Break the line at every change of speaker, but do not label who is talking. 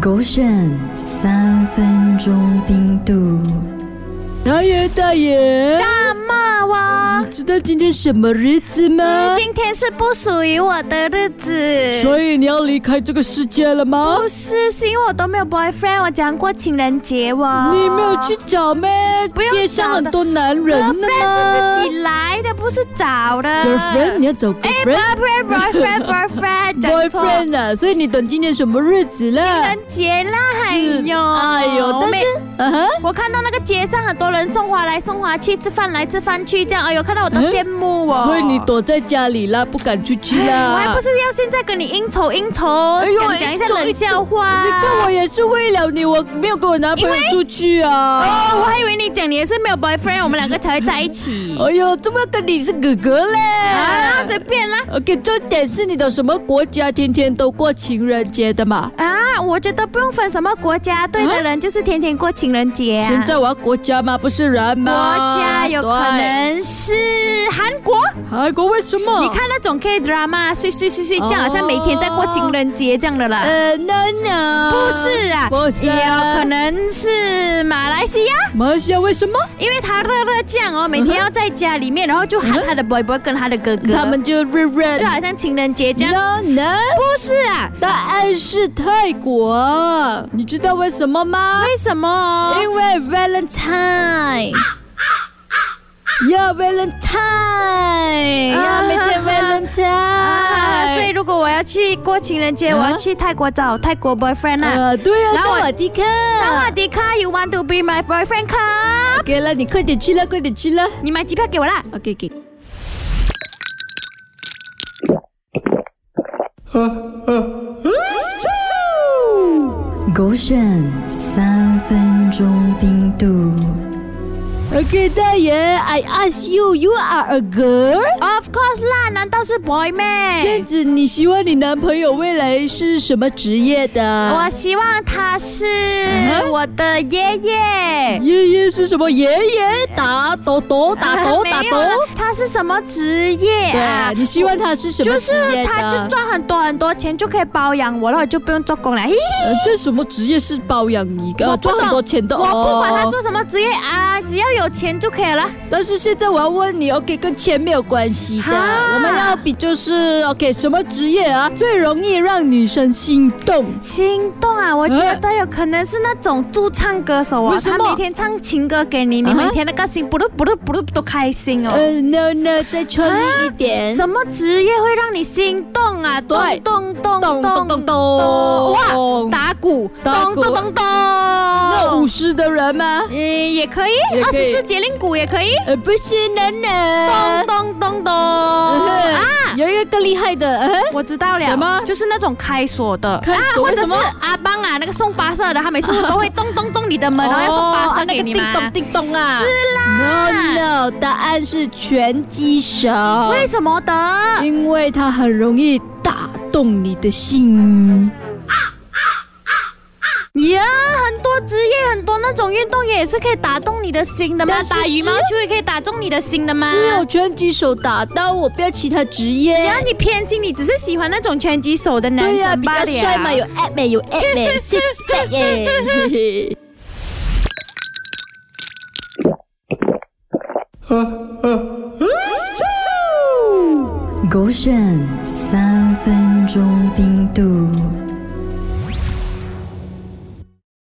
狗选三分钟冰度，
大爷大爷，
大骂我！
知道今天什么日子吗？
今天是不属于我的日子，
所以你要离开这个世界了吗
不？是是因为我都没有 boyfriend，我讲过情人节我，
你没有去找咩？
不用
街上
找
很
的
多男人呢
，girlfriend 是自
吗
己来的，不是找的。
？Girlfriend，你要找 girlfriend
boyfriend boyfriend boyfriend 哎讲错。
boyfriend 啊？所以你等今天什么日子了？
情人节啦，哎
是
呦，
哎呦，但是
我
啊哈，
每我看到那个街上很多人送花来送花去，吃饭来吃饭去，这样，哎呦，看到我都
嗯
羡慕哦。
所以你躲在家里啦，不敢出去
哎我还
啦
不。是要现在跟你应酬应酬，讲讲一下
一种
冷笑话。
哎你看我也是为了你，我没有跟我男朋友出去啊。
哦，我还以为你讲你也是没有 boyfriend，我们两个才会在一起。
哎呦，怎么跟你是哥哥嘞？
啊，随便啦。
OK，重点是你的什么国家天天都过情人节的嘛？
啊，我觉得不用分什么国家，对的人就是天天过情人节啊。
现在我要国家吗？不是人吗？
国家有可
对。
能是韩国。
韩哎国为什么？
你。看那种 K
哦
drama，睡睡睡睡，这样好像每天在过情人节这样的啦。
呃，no no，
不是啊，
不是
也有可能是马来西亚，
马来西亚为什么？
因为他热热酱哦，每天要在家里面，然后就喊他的 boy boy 跟他的哥哥，
他们就热热。
就好像情人节这样。
No no，
不是啊，
答案是泰国。你知道为什么吗？
为什么？
因为 Valentine。要 Valentine，要哎每天 Valentine，
啊，所以如果我要去过情人节，
啊
我要去泰国找泰国 boyfriend 啊。
呃，对啊，
然后我
萨瓦迪卡，
萨瓦迪卡，You want to be my boyfriend 卡？
给了你，快点吃了，快点吃了。
你买机票给我啦。
OK，给。
狗选三分钟冰度，
OK，大爷，I ask you，you are a girl。
Of course 啦，难道是 boy
这样
妹？
子，你希望你男朋友未来是什么职业
我
的？
希望他是
哼
我的爷爷。
爷爷是什么？ 爷爷打抖抖打抖打
没
抖
有。啦他是什么职业啊
对，？你希望他是什么
就
职
是
业的？
他就赚很多很多钱，就可以包养我了，我就不用做工了。嘿
呃这什么职业是包养你的？
我
呃
不
赚
懂
很多钱的。
我不管他
哦
做什么职业啊，只要有钱就可以了。
但是现在我要问你，OK，跟钱没有关系的，
哈
我们要比就是 OK，什么职业啊最容易让女生心动？
心动啊！我觉得有可能是那种驻唱歌手啊
为，什
他
么
每天唱情歌给你，你
啊哈
每天那个心不噜不噜不噜都开心哦。
呃，no no，再穿力一点。
什么职业会让你心动啊？
对
咚
咚
咚咚
咚
咚咚
咚
咚！
咚！
哇，打鼓，
打
咚
鼓
咚咚咚！
那
那
五十的人吗？
嗯也可以，
也
二
可
十
以
四节令鼓也可以，
呃，不是，楠
咚
楠。
咚咚咚
呃
啊！
有一个更厉害的，呃
我知道了，
什么
就是那种开锁的
开
啊，
锁
或
为什
者是
么
阿邦啊，那个送巴士的，他每次都会咚咚咚你的门，然后要送巴
啊
士
那
给
个
你
叮
嘛。
咚叮咚啊！是啦。No no，答案是拳击手。
为什么的？
因为它很容易打动你的心。
呀，很多职业，很多那种运动也是可以打动你的心的嘛
但，是
打羽毛
只
球也可以打中你的心的嘛。
只有拳击手打到我，不要其他职业
然。后你偏心，你只是喜欢那种拳击手的男
对呀、
生
比
罢
较
了。
帅嘛，有 at 没有 at 没 six pack 哎耶。嘿嘿
狗选三分钟冰度。